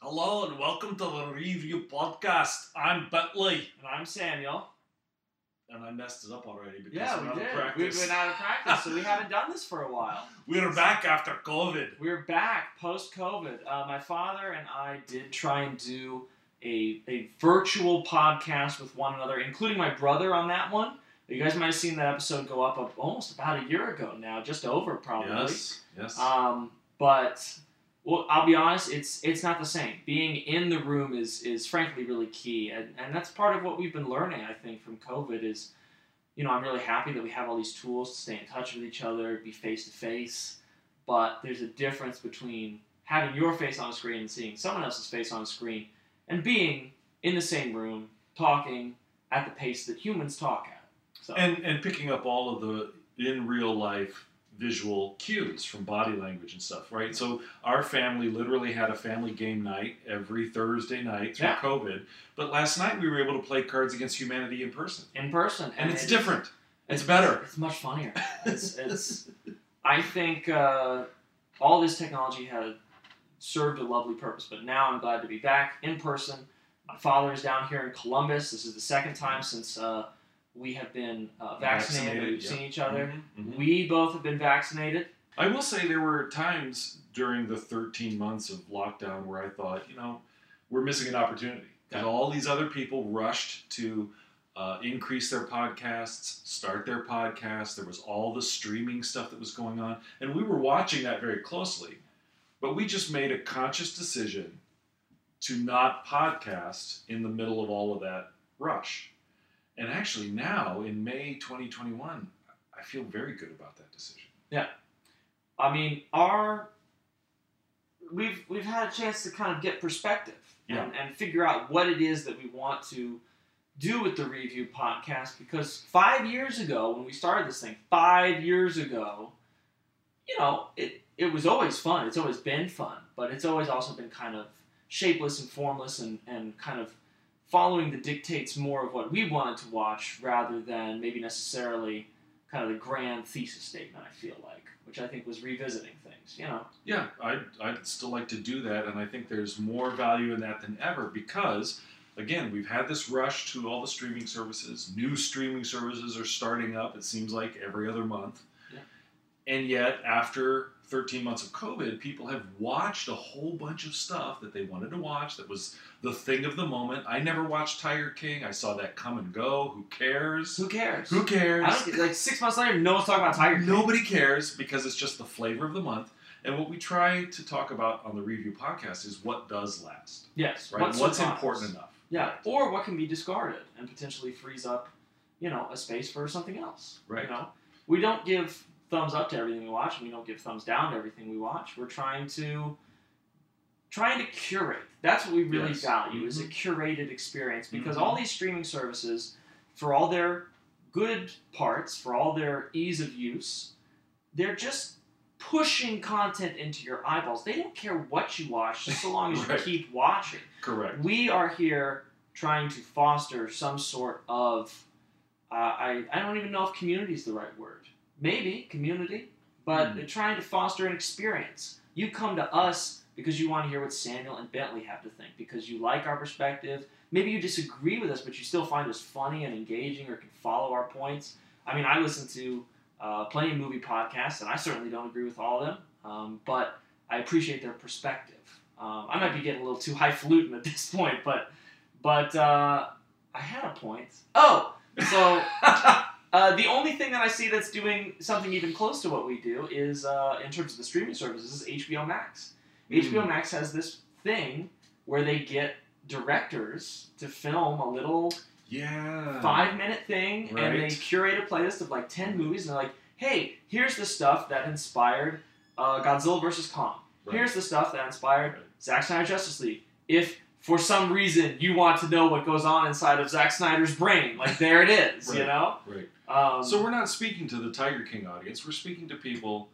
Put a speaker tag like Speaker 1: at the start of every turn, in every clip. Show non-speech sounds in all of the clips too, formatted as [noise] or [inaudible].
Speaker 1: Hello and welcome to the Review Podcast. I'm Bentley,
Speaker 2: And I'm Samuel.
Speaker 1: and I messed it up already because
Speaker 2: Yeah,
Speaker 1: we're
Speaker 2: we
Speaker 1: out of
Speaker 2: did. We've
Speaker 1: practice.
Speaker 2: been out of practice, so we haven't done this for a while.
Speaker 1: We're back after COVID.
Speaker 2: We're back post COVID. Uh, my father and I did try and do a, a virtual podcast with one another, including my brother on that one. You guys might have seen that episode go up a, almost about a year ago now, just over probably.
Speaker 1: Yes, yes.
Speaker 2: Um, but well, I'll be honest, it's it's not the same. Being in the room is is frankly really key, and and that's part of what we've been learning. I think from COVID is, you know, I'm really happy that we have all these tools to stay in touch with each other, be face to face, but there's a difference between having your face on a screen and seeing someone else's face on a screen, and being in the same room talking at the pace that humans talk at. So
Speaker 1: and and picking up all of the in real life visual cues from body language and stuff, right? So our family literally had a family game night every Thursday night through
Speaker 2: Yeah.
Speaker 1: COVID. But last night we were able to play Cards Against Humanity in person,
Speaker 2: in person,
Speaker 1: and it's
Speaker 2: it-
Speaker 1: different. It's better.
Speaker 2: It's
Speaker 1: [laughs]
Speaker 2: much funnier. It's, it's I think uh, all this technology had served a lovely purpose, but now I'm glad to be back in person. My father is down here in Columbus. This is the second time since uh, we have been uh, vaccinated.
Speaker 1: Vaccinated,
Speaker 2: We've
Speaker 1: yeah.
Speaker 2: seen each other.
Speaker 1: Mhm, mhm.
Speaker 2: We both have been vaccinated.
Speaker 1: I will say there were times during the 13 months of lockdown where I thought, you know, we're missing an opportunity because all these other people rushed to uh, increase their podcasts, start their podcasts. There was all the streaming stuff that was going on, and we were watching that very closely. But we just made a conscious decision to not podcast in the middle of all of that rush. And actually, now in May 2021, I feel very good about that decision.
Speaker 2: I mean, our we've we've had a chance to kind of get perspective
Speaker 1: Yeah.
Speaker 2: and, and figure out what it is that we want to do with the review podcast because five years ago when we started this thing, five years ago, you know, it it was always fun. It's always been fun, but it's always also been kind of shapeless and formless and, and kind of following the dictates more of what we wanted to watch rather than maybe necessarily kind of the grand thesis statement, I feel like, which I think was revisiting things, you know.
Speaker 1: Yeah, I'd, I'd still like to do that, and I think there's more value in that than ever because, again, we've had this rush to all the streaming services. New streaming services are starting up, it seems like, every other month.
Speaker 2: Yeah.
Speaker 1: And yet, after 13 months of COVID, people have watched a whole bunch of stuff that they wanted to watch that was the thing of the moment. I never watched Tiger King. I saw that come and go. Who cares?
Speaker 2: Who cares?
Speaker 1: Who cares?
Speaker 2: I don't get- like six months later, no one's talking about Tiger King.
Speaker 1: Nobody cares because it's just the flavor of the month. And what we try to talk about on the review podcast is what does last,
Speaker 2: Yes.
Speaker 1: right?
Speaker 2: what
Speaker 1: What's,
Speaker 2: survives.
Speaker 1: important enough?
Speaker 2: Yeah. Or what can be discarded and potentially frees up, you know, a space for something else.
Speaker 1: Right.
Speaker 2: You know, we don't give thumbs up to everything we watch, and we don't give thumbs down to everything we watch. We're trying to trying to curate. That's what we really
Speaker 1: Yes. Mm-hmm.
Speaker 2: value is a curated experience because all these streaming services, for all their good parts, for all their ease of use, they're just pushing content into your eyeballs. They don't care what you watch, just so long
Speaker 1: [laughs]
Speaker 2: as
Speaker 1: Right.
Speaker 2: you keep watching.
Speaker 1: Correct.
Speaker 2: We are here trying to foster some sort of uh, I I don't even know if community is the right word. Maybe community, but
Speaker 1: Hmm.
Speaker 2: they're trying to foster an experience. You come to us because you want to hear what Samuel and Bentley have to think because you like our perspective. Maybe you disagree with us, but you still find us funny and engaging, or can follow our points. I mean, I listen to uh, plenty of movie podcasts, and I certainly don't agree with all of them, um, but I appreciate their perspective. Um, I might be getting a little too highfalutin at this [laughs] point, but but uh, I had a point. Oh, so uh, the only thing that I see that's doing something even close to what we do is, uh, in terms of the streaming services, is HBO Max.
Speaker 1: Hmm.
Speaker 2: HBO Max has this thing where they get directors to film a little
Speaker 1: Yeah.
Speaker 2: five minute thing and they
Speaker 1: Ah. Right.
Speaker 2: curate a playlist of like 10 movies and they're like hey here's the stuff that inspired uh, godzilla vs kong
Speaker 1: Right.
Speaker 2: here's the stuff that inspired
Speaker 1: Right.
Speaker 2: Zack Snyder Justice League if for some reason you want to know what goes on inside of Zack Snyder's brain like there it is you
Speaker 1: [laughs] Right.
Speaker 2: know
Speaker 1: Right.
Speaker 2: um,
Speaker 1: So we're not speaking to the Tiger King audience. We're speaking to people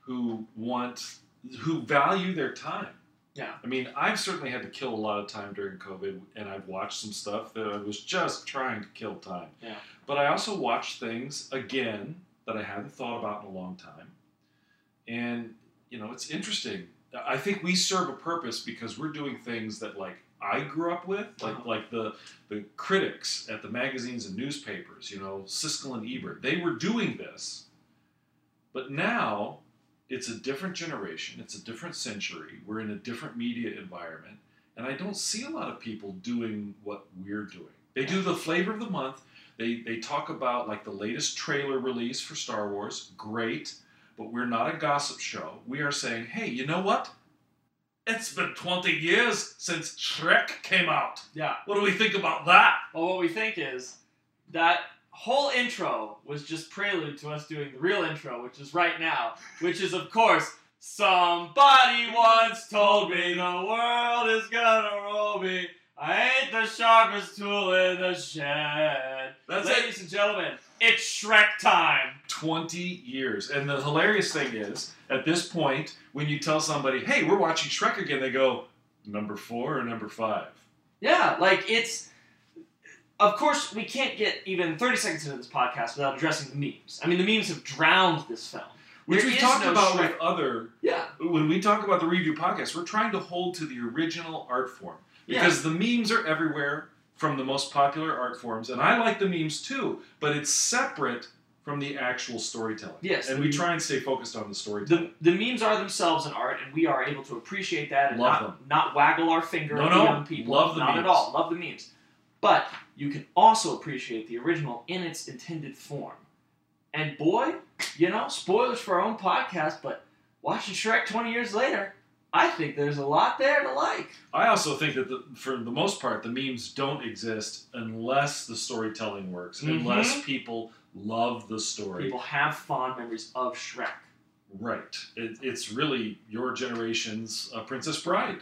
Speaker 1: who want, who value their time.
Speaker 2: Yeah.
Speaker 1: I mean, I've certainly had to kill a lot of time during COVID, and I've watched some stuff that I was just trying to kill time.
Speaker 2: Yeah.
Speaker 1: But I also watched things again that I hadn't thought about in a long time, and you know, it's interesting I think we serve a purpose because we're doing things that like I grew up with, like
Speaker 2: Uh-huh.
Speaker 1: like the the critics at the magazines and newspapers, you know, Siskel and Ebert, they were doing this, but now it's a different generation, it's a different century. We're in a different media environment, and I don't see a lot of people doing what we're doing. They do the flavor of the month. They they talk about like the latest trailer release for Star Wars. Great but we're not a gossip show. We are saying, hey, you know what? It's been 20 years since Shrek came out.
Speaker 2: Yeah.
Speaker 1: What do we think about that?
Speaker 2: Well, what we think is that whole intro was just prelude to us doing the real intro, which is right now, which is, of course, somebody once told me the world is gonna roll me. I ain't the sharpest tool in the shed.
Speaker 1: That's it.
Speaker 2: Ladies and gentlemen, it's Shrek time.
Speaker 1: 20 years. And the hilarious thing is, at this point, when you tell somebody, hey, we're watching Shrek again, they go, number four or number five?
Speaker 2: Yeah, like it's. Of course, we can't get even 30 seconds into this podcast without addressing the memes. I mean, the memes have drowned this film.
Speaker 1: Which
Speaker 2: There
Speaker 1: we
Speaker 2: is
Speaker 1: talked
Speaker 2: no
Speaker 1: about
Speaker 2: Shrek.
Speaker 1: with other
Speaker 2: Yeah.
Speaker 1: when we talk about the review podcast, we're trying to hold to the original art form because the memes are everywhere from the most popular art forms, and I like the memes too, but it's separate from the actual storytelling.
Speaker 2: Yes,
Speaker 1: and
Speaker 2: the
Speaker 1: we
Speaker 2: meme-
Speaker 1: try and stay focused on the storytelling.
Speaker 2: The, the memes are themselves an art, and we are able to appreciate that and
Speaker 1: Love
Speaker 2: not, not waggle our finger
Speaker 1: No,
Speaker 2: at the
Speaker 1: no,
Speaker 2: young people.
Speaker 1: love the
Speaker 2: not
Speaker 1: memes.
Speaker 2: at all. Love the memes. But you can also appreciate the original in its intended form. And boy, you know, spoilers for our own podcast, but watching Shrek 20 years later, I think there's a lot there to like.
Speaker 1: I also think that the, for the most part, the memes don't exist unless the storytelling works,
Speaker 2: Mhm.
Speaker 1: unless people love the story.
Speaker 2: People have fond memories of Shrek.
Speaker 1: Right. It, it's really your generation's uh, Princess Bride,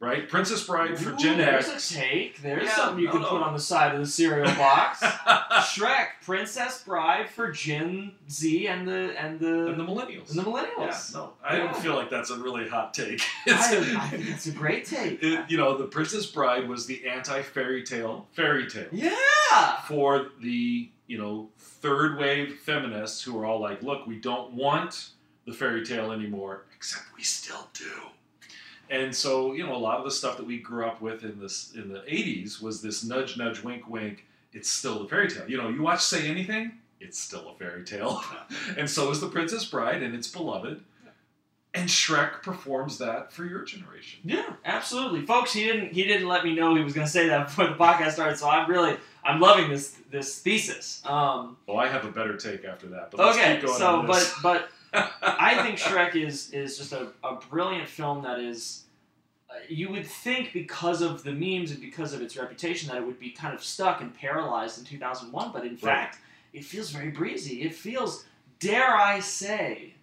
Speaker 1: right? Princess Bride for
Speaker 2: Ooh,
Speaker 1: Gen
Speaker 2: there's
Speaker 1: X.
Speaker 2: a take. There's
Speaker 1: Yeah,
Speaker 2: something you
Speaker 1: no,
Speaker 2: can
Speaker 1: no.
Speaker 2: put on the side of the cereal
Speaker 1: [laughs]
Speaker 2: box. Shrek, Princess Bride for Gen Z and the and the
Speaker 1: and the millennials.
Speaker 2: and
Speaker 1: yeah,
Speaker 2: the millennials.
Speaker 1: no, I
Speaker 2: Yeah.
Speaker 1: don't feel like that's a really hot take. [laughs]
Speaker 2: I, I think it's a great take.
Speaker 1: it, you know, the Princess Bride was the anti fairy tale fairy tale
Speaker 2: yeah,
Speaker 1: for the you know third wave feminists who are all like, look, we don't want the fairy tale anymore, except we still do. And so you know, a lot of the stuff that we grew up with in this in the '80s was this nudge, nudge, wink, wink. It's still the fairy tale. You know, you watch Say Anything, it's still a fairy tale, [laughs] and so is the Princess Bride and its beloved. And Shrek performs that for your generation.
Speaker 2: yeah, absolutely, folks. He didn't he didn't let me know he was going to say that before the podcast started. So I'm really I'm loving this this thesis. Um,
Speaker 1: Well, Oh, I have a better take after that, but let's
Speaker 2: okay,
Speaker 1: keep going
Speaker 2: so
Speaker 1: on
Speaker 2: but
Speaker 1: this.
Speaker 2: but
Speaker 1: [laughs]
Speaker 2: I think Shrek is is just a, a brilliant film that is. uh, You would think because of the memes and because of its reputation that it would be kind of stuck and paralyzed in 2001, but in fact, it feels very breezy. It feels, dare I say,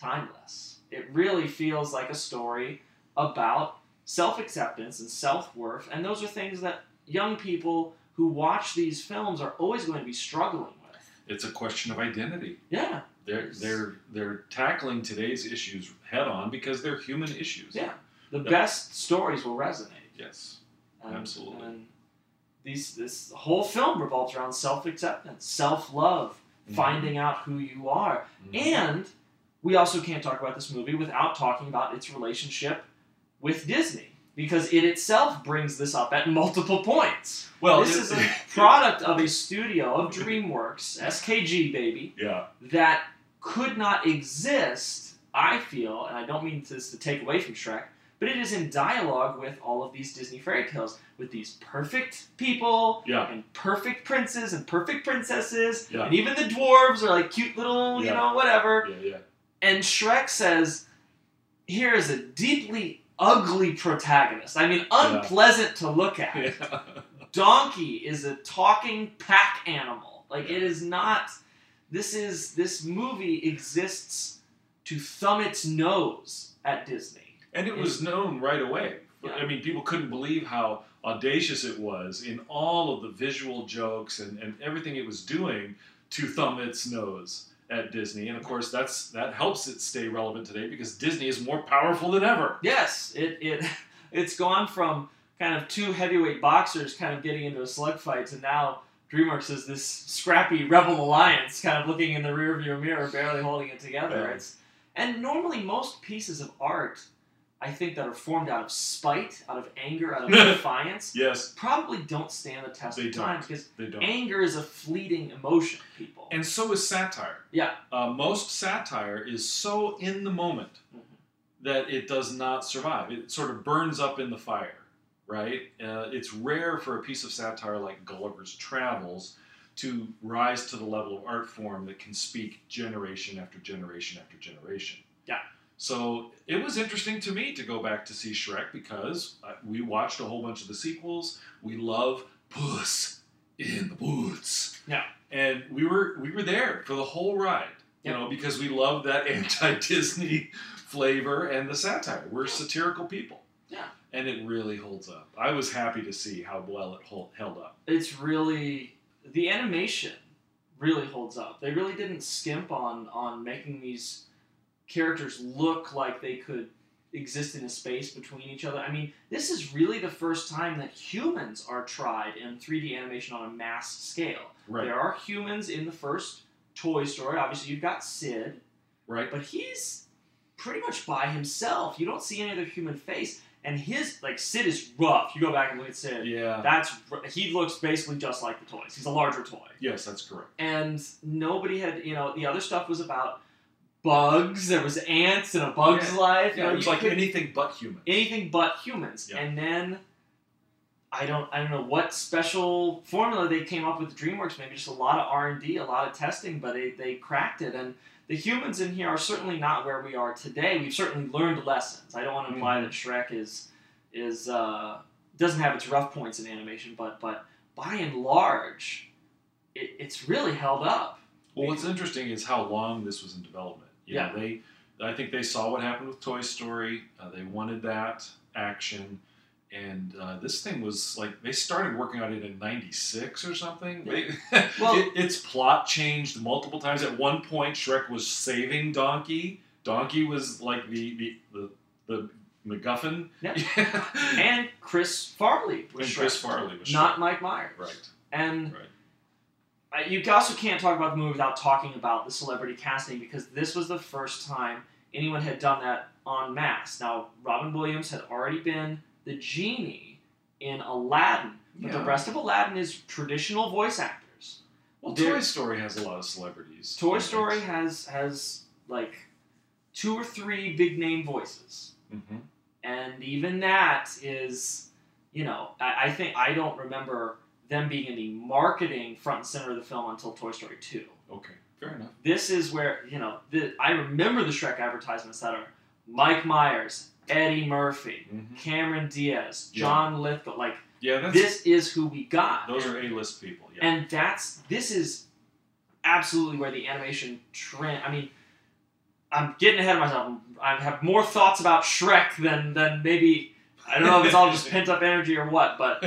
Speaker 2: timeless. It really feels like a story about self acceptance and self worth, and those are things that young people who watch these films are always going to be struggling with.
Speaker 1: it's a question of identity.
Speaker 2: Yeah.
Speaker 1: They're they're they're tackling today's issues head on because they're human issues.
Speaker 2: Yeah. the
Speaker 1: Yeah.
Speaker 2: best stories will resonate.
Speaker 1: Yes.
Speaker 2: And-
Speaker 1: Absolutely.
Speaker 2: And these this whole film revolves around self acceptance, self love,
Speaker 1: Mm-hmm.
Speaker 2: finding out who you are,
Speaker 1: Mhm.
Speaker 2: and we also can't talk about this movie without talking about its relationship with Disney because it itself brings this up at multiple points.
Speaker 1: well,
Speaker 2: this
Speaker 1: it- [laughs]
Speaker 2: is a product of a studio of DreamWorks, SKG baby,
Speaker 1: yeah.
Speaker 2: that could not exist, I feel, and I don't mean this to take away from Shrek, but it is in dialogue with all of these Disney fairy tales, with these perfect people
Speaker 1: Yeah.
Speaker 2: and perfect princes and perfect princesses,
Speaker 1: Yeah.
Speaker 2: and even the dwarves are like cute little, you
Speaker 1: Yeah.
Speaker 2: know, whatever.
Speaker 1: Yeah.
Speaker 2: [laughs]
Speaker 1: [laughs] Yeah.
Speaker 2: And Shrek says, "Here is a deeply ugly protagonist. I mean, unpleasant to look at."
Speaker 1: Yeah.
Speaker 2: donkey is a talking pack animal. Like it is not. This is this movie exists to thumb its nose at Disney.
Speaker 1: And it was known right away.
Speaker 2: Yeah.
Speaker 1: I mean, people couldn't believe how audacious it was in all of the visual jokes and, and everything it was doing to thumb its nose at Disney. And of course, that's that helps it stay relevant today because Disney is more powerful than ever.
Speaker 2: Yes, it it [laughs] it's gone from kind of two heavyweight boxers kind of getting into a slug fight to now DreamWorks is this scrappy rebel alliance kind of looking in the rearview mirror, barely holding it together.
Speaker 1: Yeah.
Speaker 2: It's and normally most pieces of art I think that are formed out of spite, out of anger, out of defiance,
Speaker 1: Yes,
Speaker 2: probably don't stand the test
Speaker 1: They
Speaker 2: of time
Speaker 1: don't.
Speaker 2: because
Speaker 1: they don't.
Speaker 2: anger is a fleeting emotion, people.
Speaker 1: And so is satire.
Speaker 2: Yeah.
Speaker 1: Uh, most satire is so in the moment
Speaker 2: Mhm.
Speaker 1: that it does not survive. It sort of burns up in the fire, right? Uh, it's rare for a piece of satire like Gulliver's Travels to rise to the level of art form that can speak generation after generation after generation.
Speaker 2: Yeah.
Speaker 1: So it was interesting to me to go back to see Shrek because uh, we watched a whole bunch of the sequels. We love Puss in the Boots and we were we were there for the whole ride you
Speaker 2: Yeah.
Speaker 1: know because we love that [laughs] anti-disney flavor and the satire we're satirical people
Speaker 2: Yeah.
Speaker 1: and it really holds up i was happy to see how well it hold, held up
Speaker 2: it's really the animation really holds up. They really didn't skimp on on making these characters look like they could exist in a space between each other. I mean, this is really the first time that humans are tried in 3D animation on a mass scale.
Speaker 1: right
Speaker 2: There are humans in the first Toy Story. Obviously, you've got Sid,
Speaker 1: right
Speaker 2: but he's pretty much by himself. You don't see any other human face, and his like Sid is rough. You go back and look at Sid.
Speaker 1: yeah
Speaker 2: That's r- he looks basically just like the toys. He's a larger toy,
Speaker 1: yes that's correct
Speaker 2: and nobody had you know the other stuff was about bugs. There was ants and a bug's life. You
Speaker 1: yeah,
Speaker 2: know,
Speaker 1: it was
Speaker 2: you
Speaker 1: like
Speaker 2: could-
Speaker 1: anything but human
Speaker 2: anything but humans.
Speaker 1: Yeah.
Speaker 2: And then I don't I don't know what special formula they came up with at DreamWorks. Maybe just a lot of R and D, a lot of testing, but they they cracked it. And the humans in here are certainly not where we are today. We've certainly learned lessons. I don't want to
Speaker 1: Mm-hmm.
Speaker 2: imply that Shrek is is uh, doesn't have its rough points in animation, but but by and large, it, it's really held up.
Speaker 1: Well, what's interesting is how long this was in development. You know, they, I think they saw what happened with Toy Story. Uh, they wanted that action, and uh, this thing was like they started working on it in '96 or something. They- [laughs]
Speaker 2: Well-
Speaker 1: it- its plot changed multiple times. At one point, Shrek was saving Donkey. Donkey was like the the the, the MacGuffin. [laughs]
Speaker 2: Yeah.
Speaker 1: and,
Speaker 2: And Chris Farley was Shrek,
Speaker 1: Chris Farley was
Speaker 2: not Mike Myers.
Speaker 1: Shrek. right,
Speaker 2: And
Speaker 1: right.
Speaker 2: I- you also can't talk about the movie without talking about the celebrity casting because this was the first time anyone had done that en masse. Now, Robin Williams had already been the genie in Aladdin, but the
Speaker 1: Yeah.
Speaker 2: rest of Aladdin is traditional voice actors.
Speaker 1: Well,
Speaker 2: there-
Speaker 1: Toy Story has a lot of celebrities.
Speaker 2: Toy Story has has like two or three big name voices
Speaker 1: hmm
Speaker 2: and even that is you know I, I think i don't remember them being in the marketing front and center of the film until toy story 2
Speaker 1: Okay, fair enough.
Speaker 2: this is where you know the, i remember the shrek advertisements that are mike myers eddie murphy
Speaker 1: Mhm.
Speaker 2: cameron diaz
Speaker 1: Yeah.
Speaker 2: john lithgow like
Speaker 1: Yeah, that's
Speaker 2: this is who we got
Speaker 1: Those are A-list people. Yeah.
Speaker 2: and that's this is absolutely where the animation trend. I mean, I'm getting ahead of myself. I have more thoughts about Shrek than than maybe I don't know if it's all
Speaker 1: [laughs]
Speaker 2: just pent up energy or what, but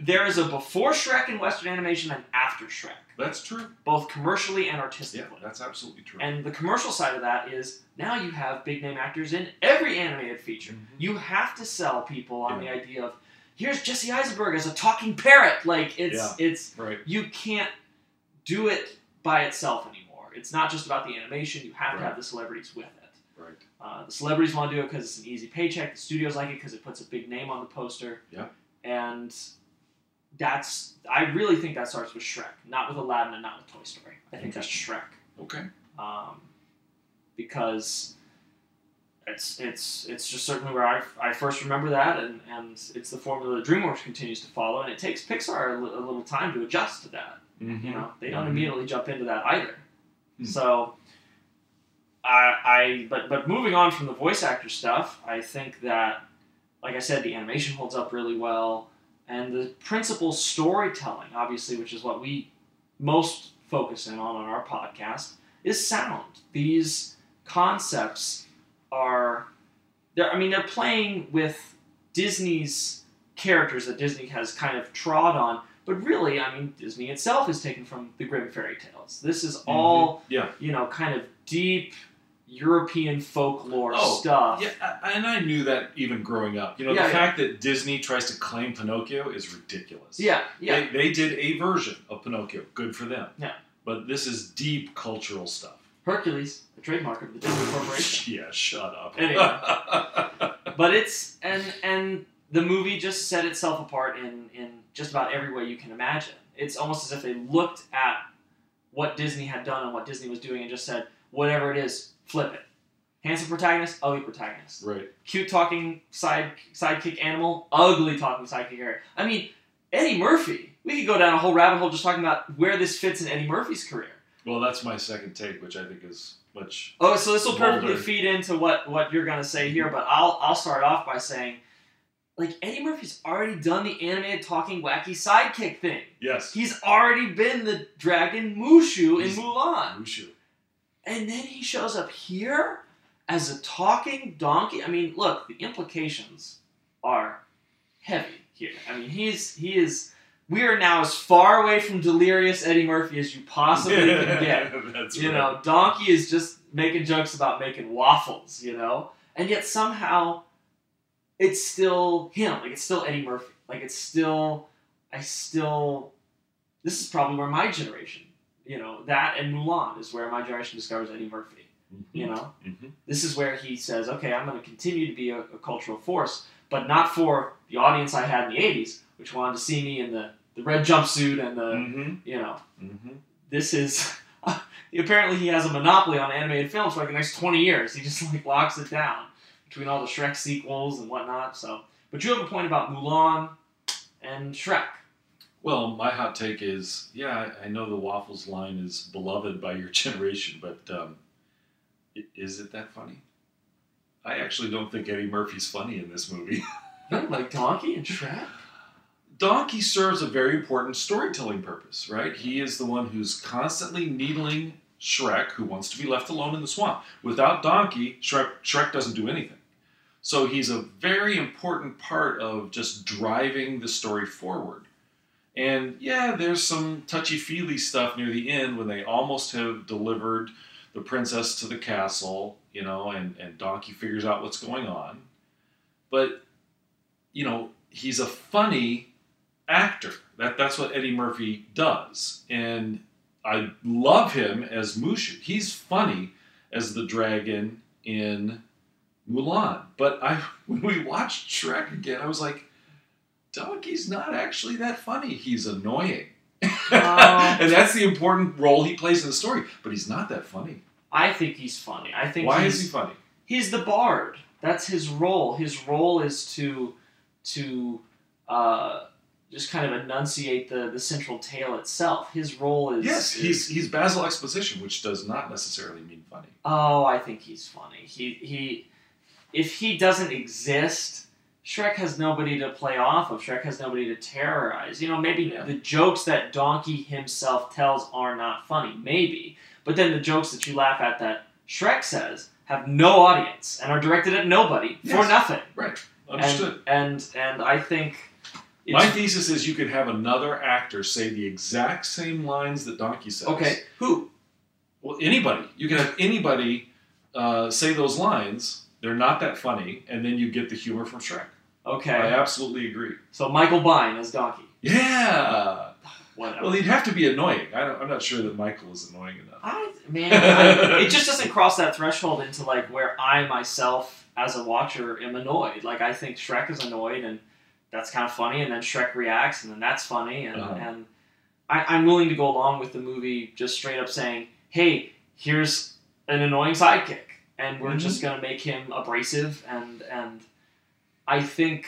Speaker 2: there is a before Shrek in Western animation and after Shrek,
Speaker 1: that's true.
Speaker 2: both commercially and
Speaker 1: Yeah,
Speaker 2: artistically.
Speaker 1: that's absolutely true.
Speaker 2: And the commercial side of that is now you have big name actors in every animated feature.
Speaker 1: Mhm.
Speaker 2: You have to sell people on the idea of here's Jesse Eisenberg as a talking parrot. Like it's it's
Speaker 1: right.
Speaker 2: you can't do it by itself anymore. It's not just about the animation. You have to
Speaker 1: Right.
Speaker 2: have the celebrities with it.
Speaker 1: Right.
Speaker 2: Uh, the celebrities want to do it because it's an easy paycheck. The studios like it because it puts a big name on the poster.
Speaker 1: Yeah.
Speaker 2: And that's I really think that starts with Shrek, not with Aladdin and not with Toy Story. I think that's Shrek
Speaker 1: Okay.
Speaker 2: um, because it's it's it's just certainly where I, I first remember that, and, and it's the formula that DreamWorks continues to follow, and it takes Pixar a li- a little time to adjust to that. You know, they don't
Speaker 1: Mhm.
Speaker 2: immediately jump into that either.
Speaker 1: Hmm.
Speaker 2: So, I I but but moving on from the voice actor stuff, I think that like I said, the animation holds up really well, and the principal storytelling, obviously, which is what we most focus in on on our podcast, is sound. These concepts are they're I mean they're playing with Disney's characters that Disney has kind of trod on, but really, I mean, Disney itself is taken from the Grimm fairy tales. This is all
Speaker 1: Mm-hmm. Yeah.
Speaker 2: you know, kind of deep European folklore
Speaker 1: Oh,
Speaker 2: stuff.
Speaker 1: Yeah, I- and I knew that even growing up. You know, the
Speaker 2: Yeah, yeah.
Speaker 1: fact that Disney tries to claim Pinocchio is ridiculous.
Speaker 2: yeah, yeah.
Speaker 1: They, they did a version of Pinocchio. Good for them.
Speaker 2: Yeah.
Speaker 1: But this is deep cultural stuff.
Speaker 2: Hercules, a trademark of the Disney Corporation.
Speaker 1: [laughs] yeah, shut up.
Speaker 2: Anyway. But it's and and the movie just set itself apart in in just about every way you can imagine. It's almost as if they looked at what Disney had done and what Disney was doing and just said, whatever it is, flip it. Handsome protagonist, ugly protagonist.
Speaker 1: [laughs] right.
Speaker 2: Cute talking side sidekick animal, ugly talking sidekick animal. I mean, Eddie Murphy. We could go down a whole rabbit hole just talking about where this fits in Eddie Murphy's career.
Speaker 1: Well, that's my second take, which I think is much.
Speaker 2: Oh, so this will perfectly
Speaker 1: Boulder.
Speaker 2: feed into what what you're gonna say here, but I'll I'll start off by saying, like Eddie Murphy's already done the animated talking wacky sidekick thing.
Speaker 1: Yes.
Speaker 2: He's already been the dragon Mushu in
Speaker 1: He's-
Speaker 2: Mulan,
Speaker 1: Mushu.
Speaker 2: and then he shows up here as a talking donkey. I mean, look, the implications are heavy here. I mean, he's he is. We are now as far away from delirious Eddie Murphy as you
Speaker 1: [laughs]
Speaker 2: possibly can get
Speaker 1: that's
Speaker 2: you
Speaker 1: right.
Speaker 2: know, Donkey is just making jokes about making waffles, you know? And yet somehow it's still him. Like it's still Eddie Murphy. Like it's still I still this is probably where my generation, you know, that and Mulan is where my generation discovers Eddie Murphy. You know?
Speaker 1: Mhm.
Speaker 2: This is where he says, Okay, I'm gonna continue to be a, a cultural force, but not for the audience I had in the eighties, which wanted to see me in the, the red jumpsuit and the
Speaker 1: Mhm.
Speaker 2: you know,
Speaker 1: Mhm.
Speaker 2: this is [laughs] apparently he has a monopoly on animated films for like the next 20 years he just like locks it down between all the shrek sequels and whatnot so but you have a point about mulan and shrek
Speaker 1: Well, my hot take is yeah, I I know the waffles line is beloved by your [laughs] generation, but um, i- is it that funny? I actually don't think Eddie Murphy's funny in this movie.
Speaker 2: you know, like donkey and shrek
Speaker 1: Donkey serves a very important storytelling purpose, right? He is the one who's constantly needling Shrek, who wants to be left alone in the swamp. Without Donkey, Shrek, Shrek doesn't do anything. So he's a very important part of just driving the story forward. And yeah, there's some touchy feely stuff near the end when they almost have delivered the princess to the castle, you know, and, and Donkey figures out what's going on. But, you know, he's a funny actor. That that's what Eddie Murphy does, and I love him as Mushu. He's funny as the dragon in Mulan. But I [laughs] when we watched Shrek again, I was like, Donkey's not actually that funny. He's annoying. [laughs]
Speaker 2: Oh.
Speaker 1: and that's the important role he plays in the story. But he's not that funny.
Speaker 2: i think he's funny i think
Speaker 1: Why
Speaker 2: he's,
Speaker 1: is he funny?
Speaker 2: he's the bard that's his role his role is to to uh, just kind of enunciate the, the central tale itself his role is
Speaker 1: Yes,
Speaker 2: is-
Speaker 1: he's he's Basil Exposition, which does not necessarily mean funny.
Speaker 2: Oh, I think he's funny. He he if he doesn't exist, Shrek has nobody to play off of. Shrek has nobody to terrorize. You know, maybe
Speaker 1: Yeah.
Speaker 2: the jokes that Donkey himself tells are not funny, maybe. But then the jokes that you laugh at that Shrek says have no audience and are directed at nobody for
Speaker 1: Yes.
Speaker 2: nothing.
Speaker 1: Understood.
Speaker 2: And and I think it's,
Speaker 1: My thesis is you could have another actor say the exact same lines that Donkey says.
Speaker 2: okay, who?
Speaker 1: Well, anybody. You could have anybody uh, say those lines. They're not that funny, and then you get the humor from Shrek. I
Speaker 2: Okay.
Speaker 1: absolutely agree.
Speaker 2: So Michael Bine as Donkey.
Speaker 1: Yeah.
Speaker 2: Whatever.
Speaker 1: Well, he'd have to be annoying. I don't, I'm not sure that Michael is annoying enough.
Speaker 2: I man, I, it just doesn't cross that threshold into like where I myself as a watcher am annoyed. Like I think Shrek is annoyed, and that's kind of funny, and then Shrek reacts, and then that's funny, and
Speaker 1: Uh-huh.
Speaker 2: and I, I'm willing to go along with the movie just straight up saying, hey, here's an annoying sidekick, and we're
Speaker 1: Mhm.
Speaker 2: just gonna make him abrasive, and and I think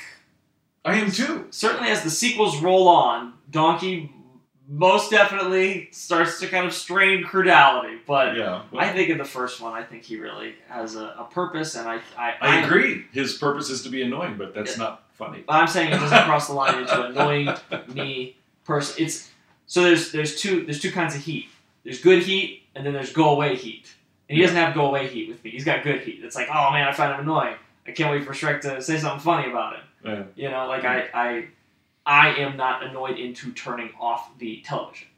Speaker 1: I am too.
Speaker 2: certainly as the sequels roll on, Donkey most definitely starts to kind of strain crudality, but.
Speaker 1: Yeah. Well,
Speaker 2: I think in the first one, I think he really has a, a purpose, and I, I,
Speaker 1: I agree. His purpose is to be annoying, but that's not funny.
Speaker 2: But I'm saying it doesn't cross the line into annoying me person. It's so there's there's two there's two kinds of heat. There's good heat, and then there's go away heat. And he doesn't have go away heat with me. He's got good heat. It's like, oh man, I find him annoying. I can't wait for Shrek to say something funny about him.
Speaker 1: Yeah.
Speaker 2: You know, like I, I, I am not annoyed into turning off the television.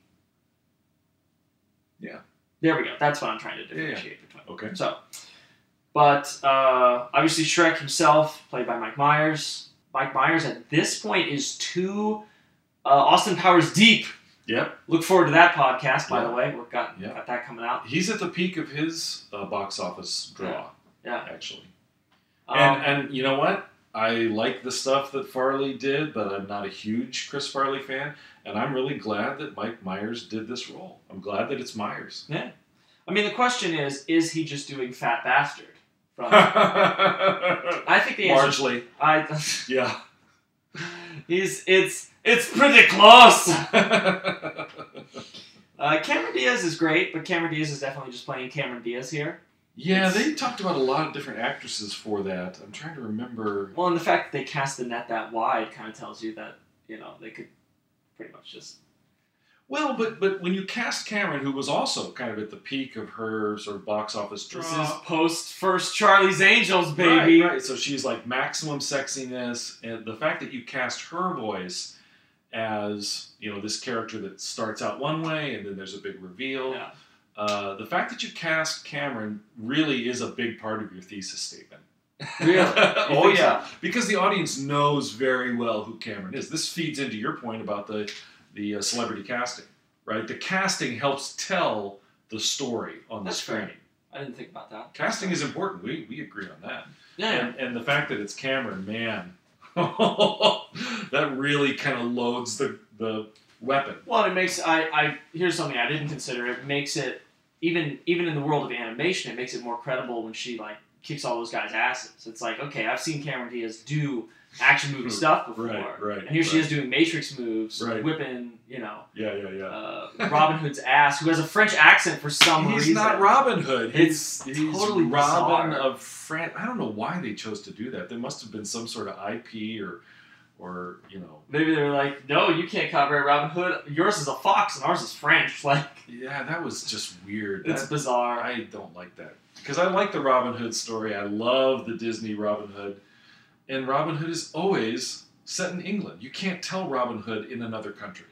Speaker 1: Yeah.
Speaker 2: There we go. That's what I'm trying
Speaker 1: Yeah,
Speaker 2: to
Speaker 1: yeah.
Speaker 2: differentiate between.
Speaker 1: Okay.
Speaker 2: So, but uh, obviously Shrek himself, played by Mike Myers. Mike Myers at this point is too uh, Austin Powers deep
Speaker 1: Yep.
Speaker 2: Look forward to that podcast, by
Speaker 1: Yeah.
Speaker 2: the way. We've got,
Speaker 1: Yeah.
Speaker 2: got that coming out.
Speaker 1: He's at the peak of his uh, box office draw.
Speaker 2: Yeah.
Speaker 1: Actually.
Speaker 2: Um,
Speaker 1: and and you know what? I like the stuff that Farley did, but I'm not a huge Chris Farley fan, and I'm really glad that Mike Myers did this role. I'm glad that it's
Speaker 2: [laughs]
Speaker 1: Myers.
Speaker 2: I mean, the question is is he just doing Fat Bastard?
Speaker 1: [laughs]
Speaker 2: From,
Speaker 1: Largely,
Speaker 2: I think the answer I, [laughs]
Speaker 1: yeah.
Speaker 2: he's, it's, it's pretty close. Uh, Cameron Diaz is great, but Cameron Diaz is definitely just playing Cameron Diaz here.
Speaker 1: yeah,
Speaker 2: It's-
Speaker 1: they talked about a lot of different actresses for that. I'm trying to remember.
Speaker 2: Well, and the fact that they cast the net that wide kind of tells you that, you know, they could pretty much just.
Speaker 1: Well, but but when you cast Cameron, who was also kind of at the peak of her sort of box office draw,
Speaker 2: This is post first Charlie's Angels,
Speaker 1: Right,
Speaker 2: baby.
Speaker 1: Right, So she's like maximum sexiness, and the fact that you cast her voice as you know this character that starts out one way and then there's a big reveal.
Speaker 2: Yeah.
Speaker 1: Uh, the fact that you cast Cameron really is a big part of your thesis
Speaker 2: [laughs]
Speaker 1: statement.
Speaker 2: Really? You
Speaker 1: oh
Speaker 2: think so?
Speaker 1: yeah, because the audience knows very well who Cameron is. This feeds into your point about the the uh, celebrity casting, right? The casting helps tell the story on the
Speaker 2: That's
Speaker 1: screen.
Speaker 2: fair. I didn't think about that.
Speaker 1: Casting is important. We we agree on that.
Speaker 2: Yeah. yeah.
Speaker 1: And, and the fact that it's Cameron, man, [laughs] that really kind of loads the, the weapon.
Speaker 2: Well, it makes I, I here's something I didn't consider. It makes it even even in the world of animation, it makes it more credible when she like kicks all those guys' asses. It's like okay, I've seen Cameron Diaz do action movie stuff before,
Speaker 1: Hmm. Right, right,
Speaker 2: and here she
Speaker 1: right.
Speaker 2: is doing Matrix moves,
Speaker 1: Right.
Speaker 2: whipping you know
Speaker 1: Yeah, yeah, yeah.
Speaker 2: uh, Robin Hood's ass, who has a French accent for some
Speaker 1: he's
Speaker 2: reason.
Speaker 1: not Robin Hood.
Speaker 2: Uh, It's
Speaker 1: he's, he's
Speaker 2: totally
Speaker 1: Robin
Speaker 2: bizarre.
Speaker 1: of France. I don't know why they chose to do that. There must have been some sort of IP or, or you know,
Speaker 2: Maybe they were like, no, you can't copyright Robin Hood. Yours is a fox and ours is French. [laughs] Like
Speaker 1: yeah, that was just weird.
Speaker 2: it's
Speaker 1: That-
Speaker 2: bizarre.
Speaker 1: I don't like that because I like the Robin Hood story. I love the Disney Robin Hood, and Robin Hood is always set in England. You can't tell Robin Hood in another country.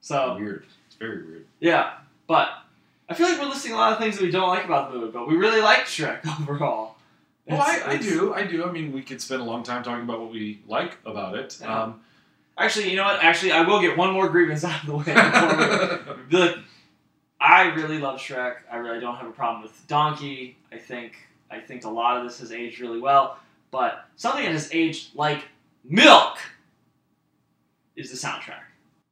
Speaker 2: so
Speaker 1: Weird. It's very weird.
Speaker 2: Yeah, but I feel like we're listing a lot of things that we don't like about the movie, but we really like Shrek [laughs] overall.
Speaker 1: Well,
Speaker 2: It's-
Speaker 1: Oh, I, I
Speaker 2: it's-
Speaker 1: do. I do. I mean, we could spend a long time talking about what we like about it.
Speaker 2: Yeah. [laughs]
Speaker 1: Um,
Speaker 2: Actually, you know what? Actually, I will get one more grievance out
Speaker 1: [laughs]
Speaker 2: of the way. Before we, the, I really love Shrek. I really don't have a problem with Donkey. I think I think a lot of this has aged really well, but something that has aged like milk is the soundtrack.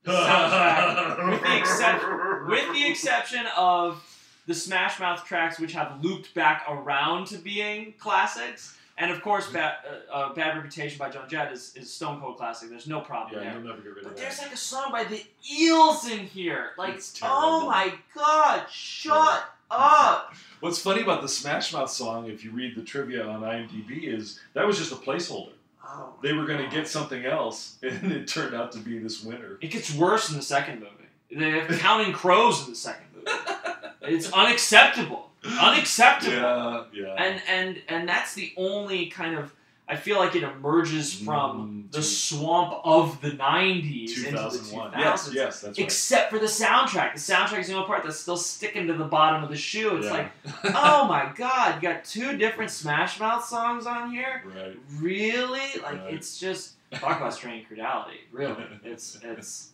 Speaker 2: The soundtrack, with the exception. with the exception of the Smash Mouth tracks, which have looped back around to being classics, and of course, Bad, uh, uh, Bad Reputation by John Jett is, is Stone Cold classic. There's no problem
Speaker 1: yeah,
Speaker 2: there.
Speaker 1: you'll never get rid of
Speaker 2: But
Speaker 1: that.
Speaker 2: there's like a song by the Eels in here. Like,
Speaker 1: It's
Speaker 2: oh
Speaker 1: terrible.
Speaker 2: my God, shut up!
Speaker 1: What's funny about the Smash Mouth song, if you read the trivia on IMDb, is that was just a placeholder.
Speaker 2: Oh my
Speaker 1: They were going
Speaker 2: God.
Speaker 1: to get something else, [laughs] and it turned out to be this winner.
Speaker 2: It gets worse in the second movie. They have Counting Crows in the second [laughs] movie. it's unacceptable. Unacceptable.
Speaker 1: Yeah, yeah.
Speaker 2: and and and that's the only kind of I feel like it emerges from
Speaker 1: Mm,
Speaker 2: the
Speaker 1: two-
Speaker 2: swamp of the '90s into the
Speaker 1: 2001.
Speaker 2: 2000s,
Speaker 1: Yes, yes, that's right.
Speaker 2: except for the soundtrack. The soundtrack is the only part that's still sticking to the bottom of the shoe. It's
Speaker 1: Yeah.
Speaker 2: like,
Speaker 1: [laughs]
Speaker 2: oh my god, you got two different Smash Mouth songs on here.
Speaker 1: right.
Speaker 2: Really? Like
Speaker 1: Right.
Speaker 2: it's just talk about strain credulity. Really,
Speaker 1: [laughs]
Speaker 2: it's it's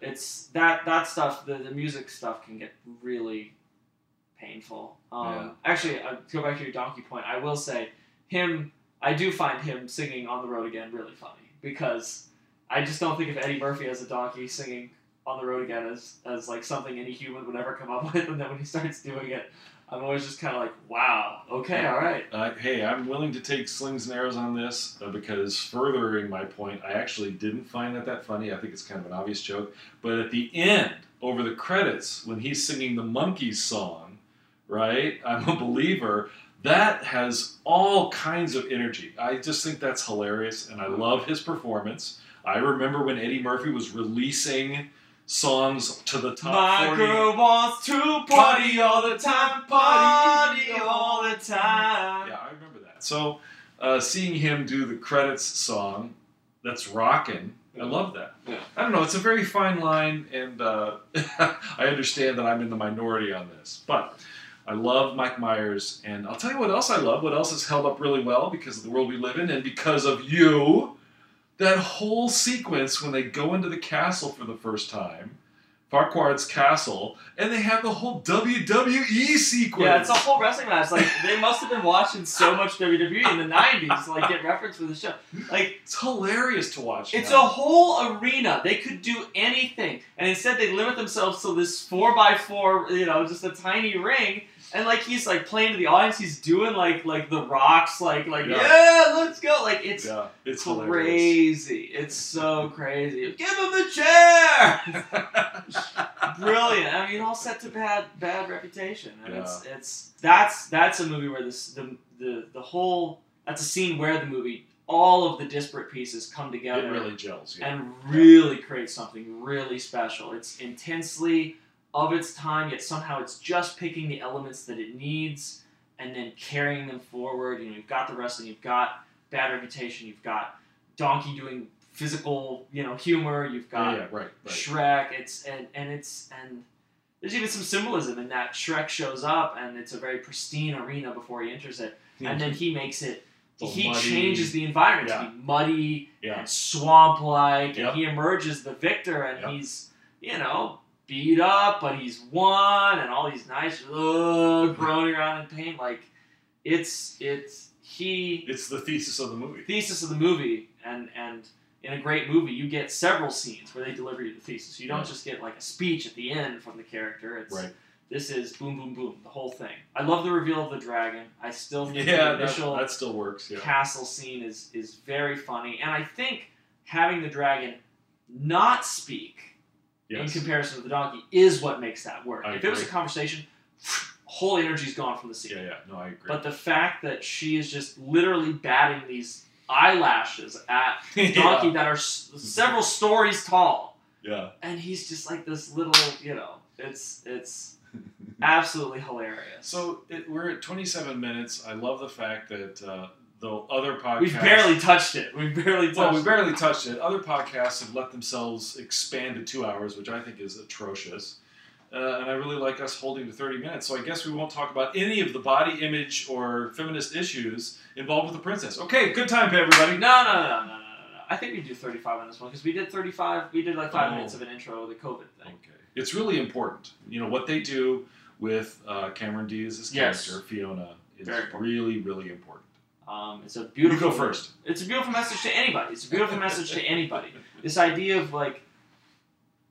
Speaker 2: it's that that stuff. The, the music stuff can get really painful. Um,
Speaker 1: Yeah.
Speaker 2: Actually, uh, to go back to your donkey point, I will say him. I do find him singing on the road again really funny because I just don't think of Eddie Murphy as a donkey singing on the road again as as like something any human would ever come up [laughs] with, and then when he starts doing it, I'm always just kind of like, wow, okay, all right.
Speaker 1: Uh, hey, I'm willing to take slings and arrows on this uh, because furthering my point, I actually didn't find that that funny. I think it's kind of an obvious joke. But at the end, over the credits, when he's singing the Monkeys song, right? I'm a believer. That has all kinds of energy. I just think that's hilarious, and I love his performance. I remember when Eddie Murphy was releasing songs to the top
Speaker 2: My
Speaker 1: 40.
Speaker 2: girl wants to party all the time, party all the time.
Speaker 1: Yeah, I remember that. So, uh, seeing him do the credits song, that's rocking. I love that.
Speaker 2: Yeah.
Speaker 1: I don't know. It's a very fine line, and uh, [laughs] I understand that I'm in the minority on this, but I love Mike Myers, and I'll tell you what else I love. What else has held up really well because of the world we live in, and because of you. That whole sequence when they go into the castle for the first time, Farquhar's castle, and they have the whole WWE sequence.
Speaker 2: Yeah, it's a whole wrestling
Speaker 1: [laughs]
Speaker 2: match. Like they must have been watching so much WWE in the '90s, to, like get reference for the show. Like
Speaker 1: It's hilarious to watch.
Speaker 2: it's a
Speaker 1: now.
Speaker 2: whole arena. They could do anything, and instead they limit themselves to this four by four, you know, just a tiny ring. And like he's like playing to the audience. He's doing like like the rocks, like like
Speaker 1: Yeah.
Speaker 2: yeah, let's go. Like it's
Speaker 1: yeah, it's hilarious.
Speaker 2: crazy.
Speaker 1: [laughs]
Speaker 2: It's so crazy. Give him the chair. [laughs] Brilliant. I mean, all set to bad bad reputation. And it's it's that's that's a movie where this the, the the whole that's a scene where the movie all of the disparate pieces come together
Speaker 1: It really gels. Yeah.
Speaker 2: and really create something really special. It's intensely of its time, yet somehow it's just picking the elements that it needs and then carrying them forward. You know, you've got the wrestling, you've got bad reputation, you've got Donkey doing physical, you know, humor, you've
Speaker 1: Oh, yeah,
Speaker 2: got
Speaker 1: yeah, right, right.
Speaker 2: Shrek. It's and and it's and there's even some symbolism in that Shrek shows up and it's a very pristine arena before he enters it, and then he makes it.
Speaker 1: All
Speaker 2: He
Speaker 1: muddy.
Speaker 2: changes the environment
Speaker 1: Yeah.
Speaker 2: to be muddy
Speaker 1: yeah,
Speaker 2: and swamp like
Speaker 1: Yep.
Speaker 2: and he emerges the victor and
Speaker 1: Yep.
Speaker 2: he's you know beat up but he's won and all these nice
Speaker 1: [laughs]
Speaker 2: ugh, groaning around in pain like it's it's he
Speaker 1: it's the thesis of the movie.
Speaker 2: thesis of the movie and and in a great movie you get several scenes where they deliver you the thesis you don't
Speaker 1: Yeah.
Speaker 2: just get like a speech at the end from the character it's
Speaker 1: Right.
Speaker 2: this is boom boom boom the whole thing i love the reveal of the dragon i still think
Speaker 1: [laughs] Yeah,
Speaker 2: the
Speaker 1: that,
Speaker 2: initial
Speaker 1: that still works. Yeah.
Speaker 2: castle scene is is very funny, and I think having the dragon not speak in
Speaker 1: Yes.
Speaker 2: comparison to the donkey is what makes that work.
Speaker 1: I
Speaker 2: if it was a
Speaker 1: agree.
Speaker 2: conversation, [sniffs] whole energy's gone from the scene.
Speaker 1: Yeah, yeah. No, I agree. [laughs]
Speaker 2: But the fact that she is just literally batting these eyelashes at
Speaker 1: [laughs]
Speaker 2: the donkey that are s- several stories tall,
Speaker 1: yeah.
Speaker 2: and he's just like this little, you know, it's
Speaker 1: [laughs]
Speaker 2: it's absolutely hilarious.
Speaker 1: So it, we're at 27 minutes. I love the fact that uh, the other podcasts.
Speaker 2: We've barely touched it. We've barely touched
Speaker 1: Well, we
Speaker 2: it.
Speaker 1: barely touched it. Other podcasts have let themselves expand to two hours, which I think is atrocious. Uh, and I really like us holding to 30 minutes. So I guess we won't talk about any of the body image or feminist issues involved with the princess. Okay, good time, everybody.
Speaker 2: No, no, no, no, no, no, no. I think we do 35 on this one because we did 35. We did like five
Speaker 1: Oh.
Speaker 2: minutes of an intro with the COVID thing.
Speaker 1: Okay. It's really important. You know, what they do with uh, Cameron Diaz's
Speaker 2: Yes.
Speaker 1: character, Fiona, is
Speaker 2: Very important.
Speaker 1: really, really important.
Speaker 2: Um, it's a
Speaker 1: You
Speaker 2: beautiful.
Speaker 1: go first.
Speaker 2: It's a beautiful message to anybody. It's a beautiful message to anybody. This idea of like,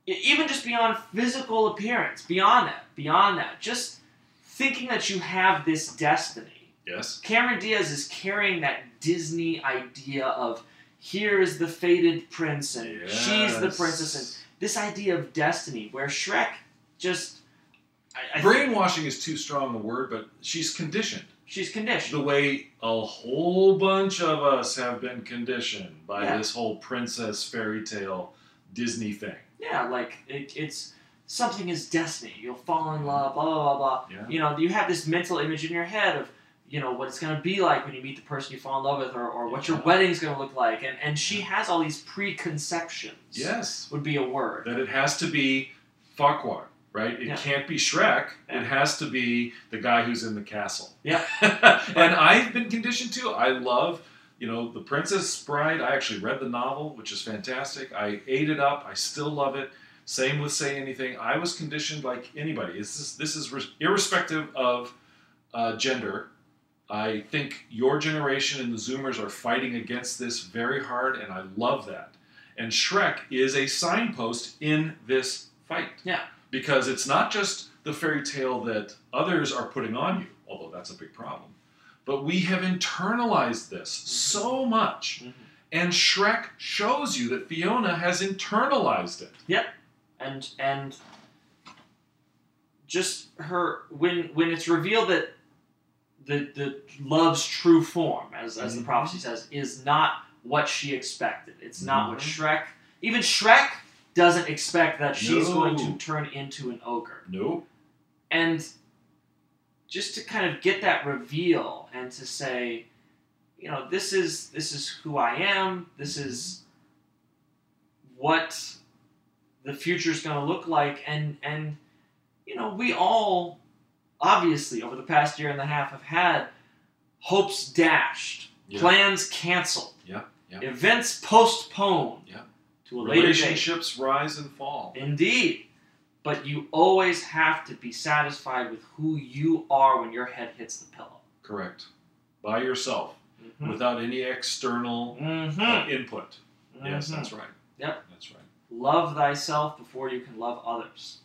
Speaker 2: e- even just beyond physical appearance, beyond that, beyond that, just thinking that you have this destiny.
Speaker 1: Yes.
Speaker 2: Cameron Diaz is carrying that Disney idea of here is the fated prince and she's the
Speaker 1: Yes.
Speaker 2: princess and this idea of destiny where Shrek just I, I think
Speaker 1: Brainwashing is too strong a word, but she's conditioned.
Speaker 2: she's conditioned.
Speaker 1: The way a whole bunch of us have been conditioned by
Speaker 2: Yeah.
Speaker 1: this whole princess fairy tale Disney thing.
Speaker 2: Yeah, like it, it's something is destiny. You'll fall in love, blah blah blah blah.
Speaker 1: Yeah.
Speaker 2: You know, you have this mental image in your head of you know what it's gonna be like when you meet the person you fall in love with, or, or what your
Speaker 1: Yeah.
Speaker 2: wedding's gonna look like, and and she has all these preconceptions.
Speaker 1: Yes.
Speaker 2: would be a word.
Speaker 1: That it has to be Farquhar, right? It
Speaker 2: Yeah.
Speaker 1: can't be Shrek.
Speaker 2: Yeah.
Speaker 1: It has to be the guy who's in the castle.
Speaker 2: Yeah.
Speaker 1: [laughs] and I've been conditioned too. I love, you know, The Princess Bride. I actually read the novel, which is fantastic. I ate it up. I still love it. Same with Say Anything. I was conditioned like anybody. This is this is res- irrespective of uh, gender. I think your generation and the Zoomers are fighting against this very hard, and I love that. And Shrek is a signpost in this fight.
Speaker 2: Yeah.
Speaker 1: Because it's not just the fairy tale that others are putting on you, although that's a big problem, but we have internalized this so much.
Speaker 2: Mhm.
Speaker 1: And Shrek shows you that Fiona has internalized it.
Speaker 2: and and just her when when it's revealed that the the love's true form as as the
Speaker 1: Mhm.
Speaker 2: prophecy says is not what she expected it's not what
Speaker 1: Mhm.
Speaker 2: shrek even shrek doesn't expect that she's going to
Speaker 1: No.
Speaker 2: turn into an ogre
Speaker 1: No.
Speaker 2: and just to kind of get that reveal and to say you know this is this is who i am this
Speaker 1: Mm-hmm.
Speaker 2: is what the future's going to look like and and you know we all obviously over the past year and a half have had hopes dashed
Speaker 1: Yeah.
Speaker 2: plans canceled
Speaker 1: Yeah, yeah.
Speaker 2: events postponed
Speaker 1: Yeah.
Speaker 2: to a later date
Speaker 1: Relationships rise and fall.
Speaker 2: Indeed. but you always have to be satisfied with who you are when your head hits the pillow.
Speaker 1: Correct. By yourself,
Speaker 2: Mhm.
Speaker 1: without any external uh,
Speaker 2: Mhm.
Speaker 1: input. Yes,
Speaker 2: Mhm.
Speaker 1: that's right.
Speaker 2: Yep.
Speaker 1: That's right.
Speaker 2: love thyself before you can love others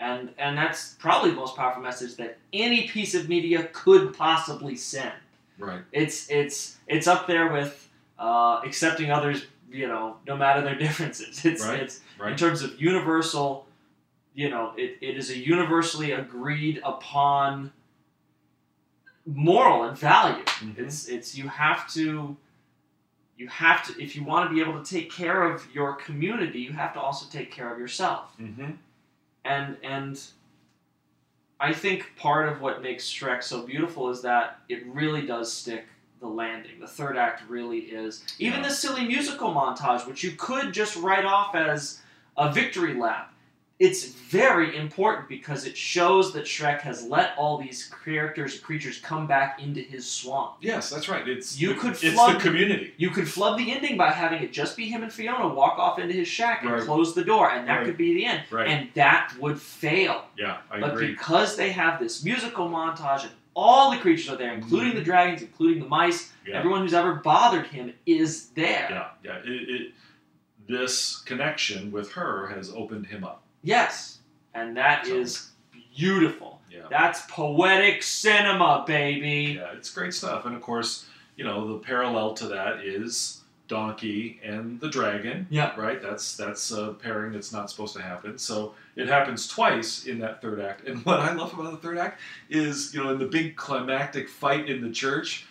Speaker 2: and and that's probably the most powerful message that any piece of media could possibly send
Speaker 1: Right.
Speaker 2: it's it's it's up there with uh, accepting others you know no matter their [laughs] differences it's
Speaker 1: Right,
Speaker 2: it's in
Speaker 1: right.
Speaker 2: terms of universal you know it, it is a universally agreed upon moral and value
Speaker 1: Mhm.
Speaker 2: it's it's you have to you have to if you want to be able to take care of your community, you have to also take care of yourself.
Speaker 1: Mhm.
Speaker 2: And and I think part of what makes Shrek so beautiful is that it really does stick the landing. The third act really is even
Speaker 1: Yeah.
Speaker 2: the silly musical montage, which you could just write off as a victory lap. It's very important because it shows that Shrek has let all these characters and creatures come back into his swamp.
Speaker 1: Yes, that's right. It's
Speaker 2: You
Speaker 1: the-
Speaker 2: could
Speaker 1: it's the
Speaker 2: flunk-
Speaker 1: community.
Speaker 2: You could flub the ending by having it just be him and Fiona walk off into his shack and
Speaker 1: Right.
Speaker 2: close the door, and that
Speaker 1: Right.
Speaker 2: could be the end.
Speaker 1: Right.
Speaker 2: And that would fail.
Speaker 1: yeah, I
Speaker 2: but
Speaker 1: agree.
Speaker 2: because they have this musical montage and all the creatures are there, including the dragons, including the mice,
Speaker 1: Mm-hmm. Yeah.
Speaker 2: everyone who's ever bothered him is there.
Speaker 1: Yeah, yeah. It, it, this connection with her has opened him up.
Speaker 2: Yes. And that is
Speaker 1: So-
Speaker 2: beautiful.
Speaker 1: Yeah.
Speaker 2: That's poetic cinema, baby.
Speaker 1: Yeah, it's great stuff. And of course, you know, the parallel to that is Donkey and the Dragon.
Speaker 2: Yeah.
Speaker 1: Right? That's that's a pairing that's not supposed to happen. So it happens twice in that third act. And what I love about the third act is, you know, in the big climactic fight in the church,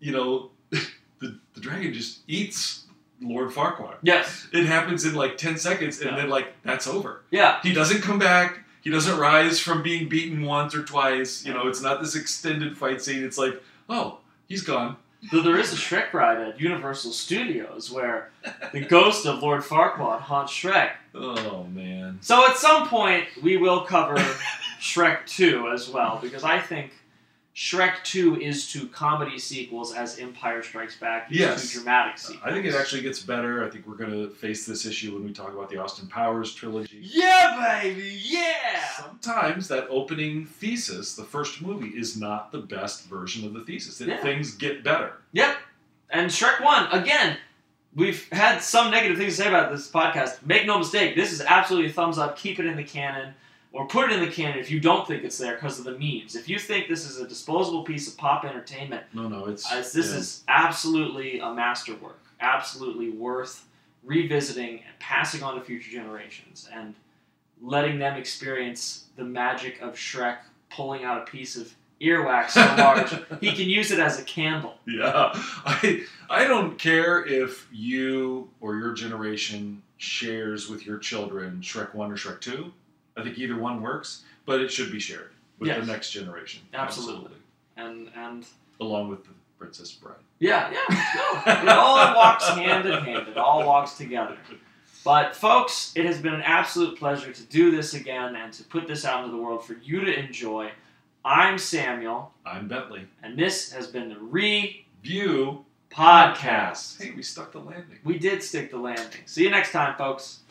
Speaker 1: you know, [laughs] the, the dragon just eats Lord Farquaad.
Speaker 2: Yes.
Speaker 1: It happens in like 10 seconds and
Speaker 2: Yeah.
Speaker 1: then like that's over.
Speaker 2: Yeah.
Speaker 1: He doesn't come back. He doesn't rise from being beaten once or twice. You know, it's not this extended fight scene. It's like, oh, he's gone.
Speaker 2: Though there is a Shrek ride at Universal Studios where the ghost of Lord Farquaad haunts Shrek.
Speaker 1: Oh man.
Speaker 2: So at some point we will
Speaker 1: [laughs]
Speaker 2: cover Shrek 2 as well because I think Shrek 2 is to comedy sequels as Empire Strikes Back is
Speaker 1: Yes.
Speaker 2: to dramatic sequels.
Speaker 1: I think it actually gets better. I think we're gonna face this issue when we talk about the Austin Powers trilogy.
Speaker 2: Yeah, baby. Yeah.
Speaker 1: Sometimes that opening thesis, the first movie, is not the best version of the thesis. That
Speaker 2: Yeah.
Speaker 1: Things get better.
Speaker 2: And Shrek 1 again We've had some negative things to say about this podcast. Make no mistake, this is absolutely a thumbs up. Keep it in the canon, or put it in the canon if you don't think it's there because of the memes. If you think this is a disposable piece of pop entertainment,
Speaker 1: No, no, it's
Speaker 2: As Uh, this
Speaker 1: yeah.
Speaker 2: is absolutely a masterwork, absolutely worth revisiting and passing on to future generations and letting them experience the magic of Shrek pulling out a piece of
Speaker 1: [laughs]
Speaker 2: earwax so large he can use it as a candle.
Speaker 1: Yeah, [laughs] I I don't care if you or your generation shares with your children Shrek One or Shrek Two. I think either one works, but it should be shared with
Speaker 2: Yes.
Speaker 1: the next generation.
Speaker 2: Absolutely. And and
Speaker 1: along with the Princess Bride.
Speaker 2: yeah, yeah, no, it all walks hand in hand. It all walks together. But folks, it has been an absolute pleasure to do this again and to put this out into the world for you to enjoy. I'm Samuel.
Speaker 1: I'm Bentley.
Speaker 2: And this has been the Re
Speaker 1: View
Speaker 2: Podcast.
Speaker 1: Hey, we stuck the landing.
Speaker 2: We did stick the landing. See you next time, folks.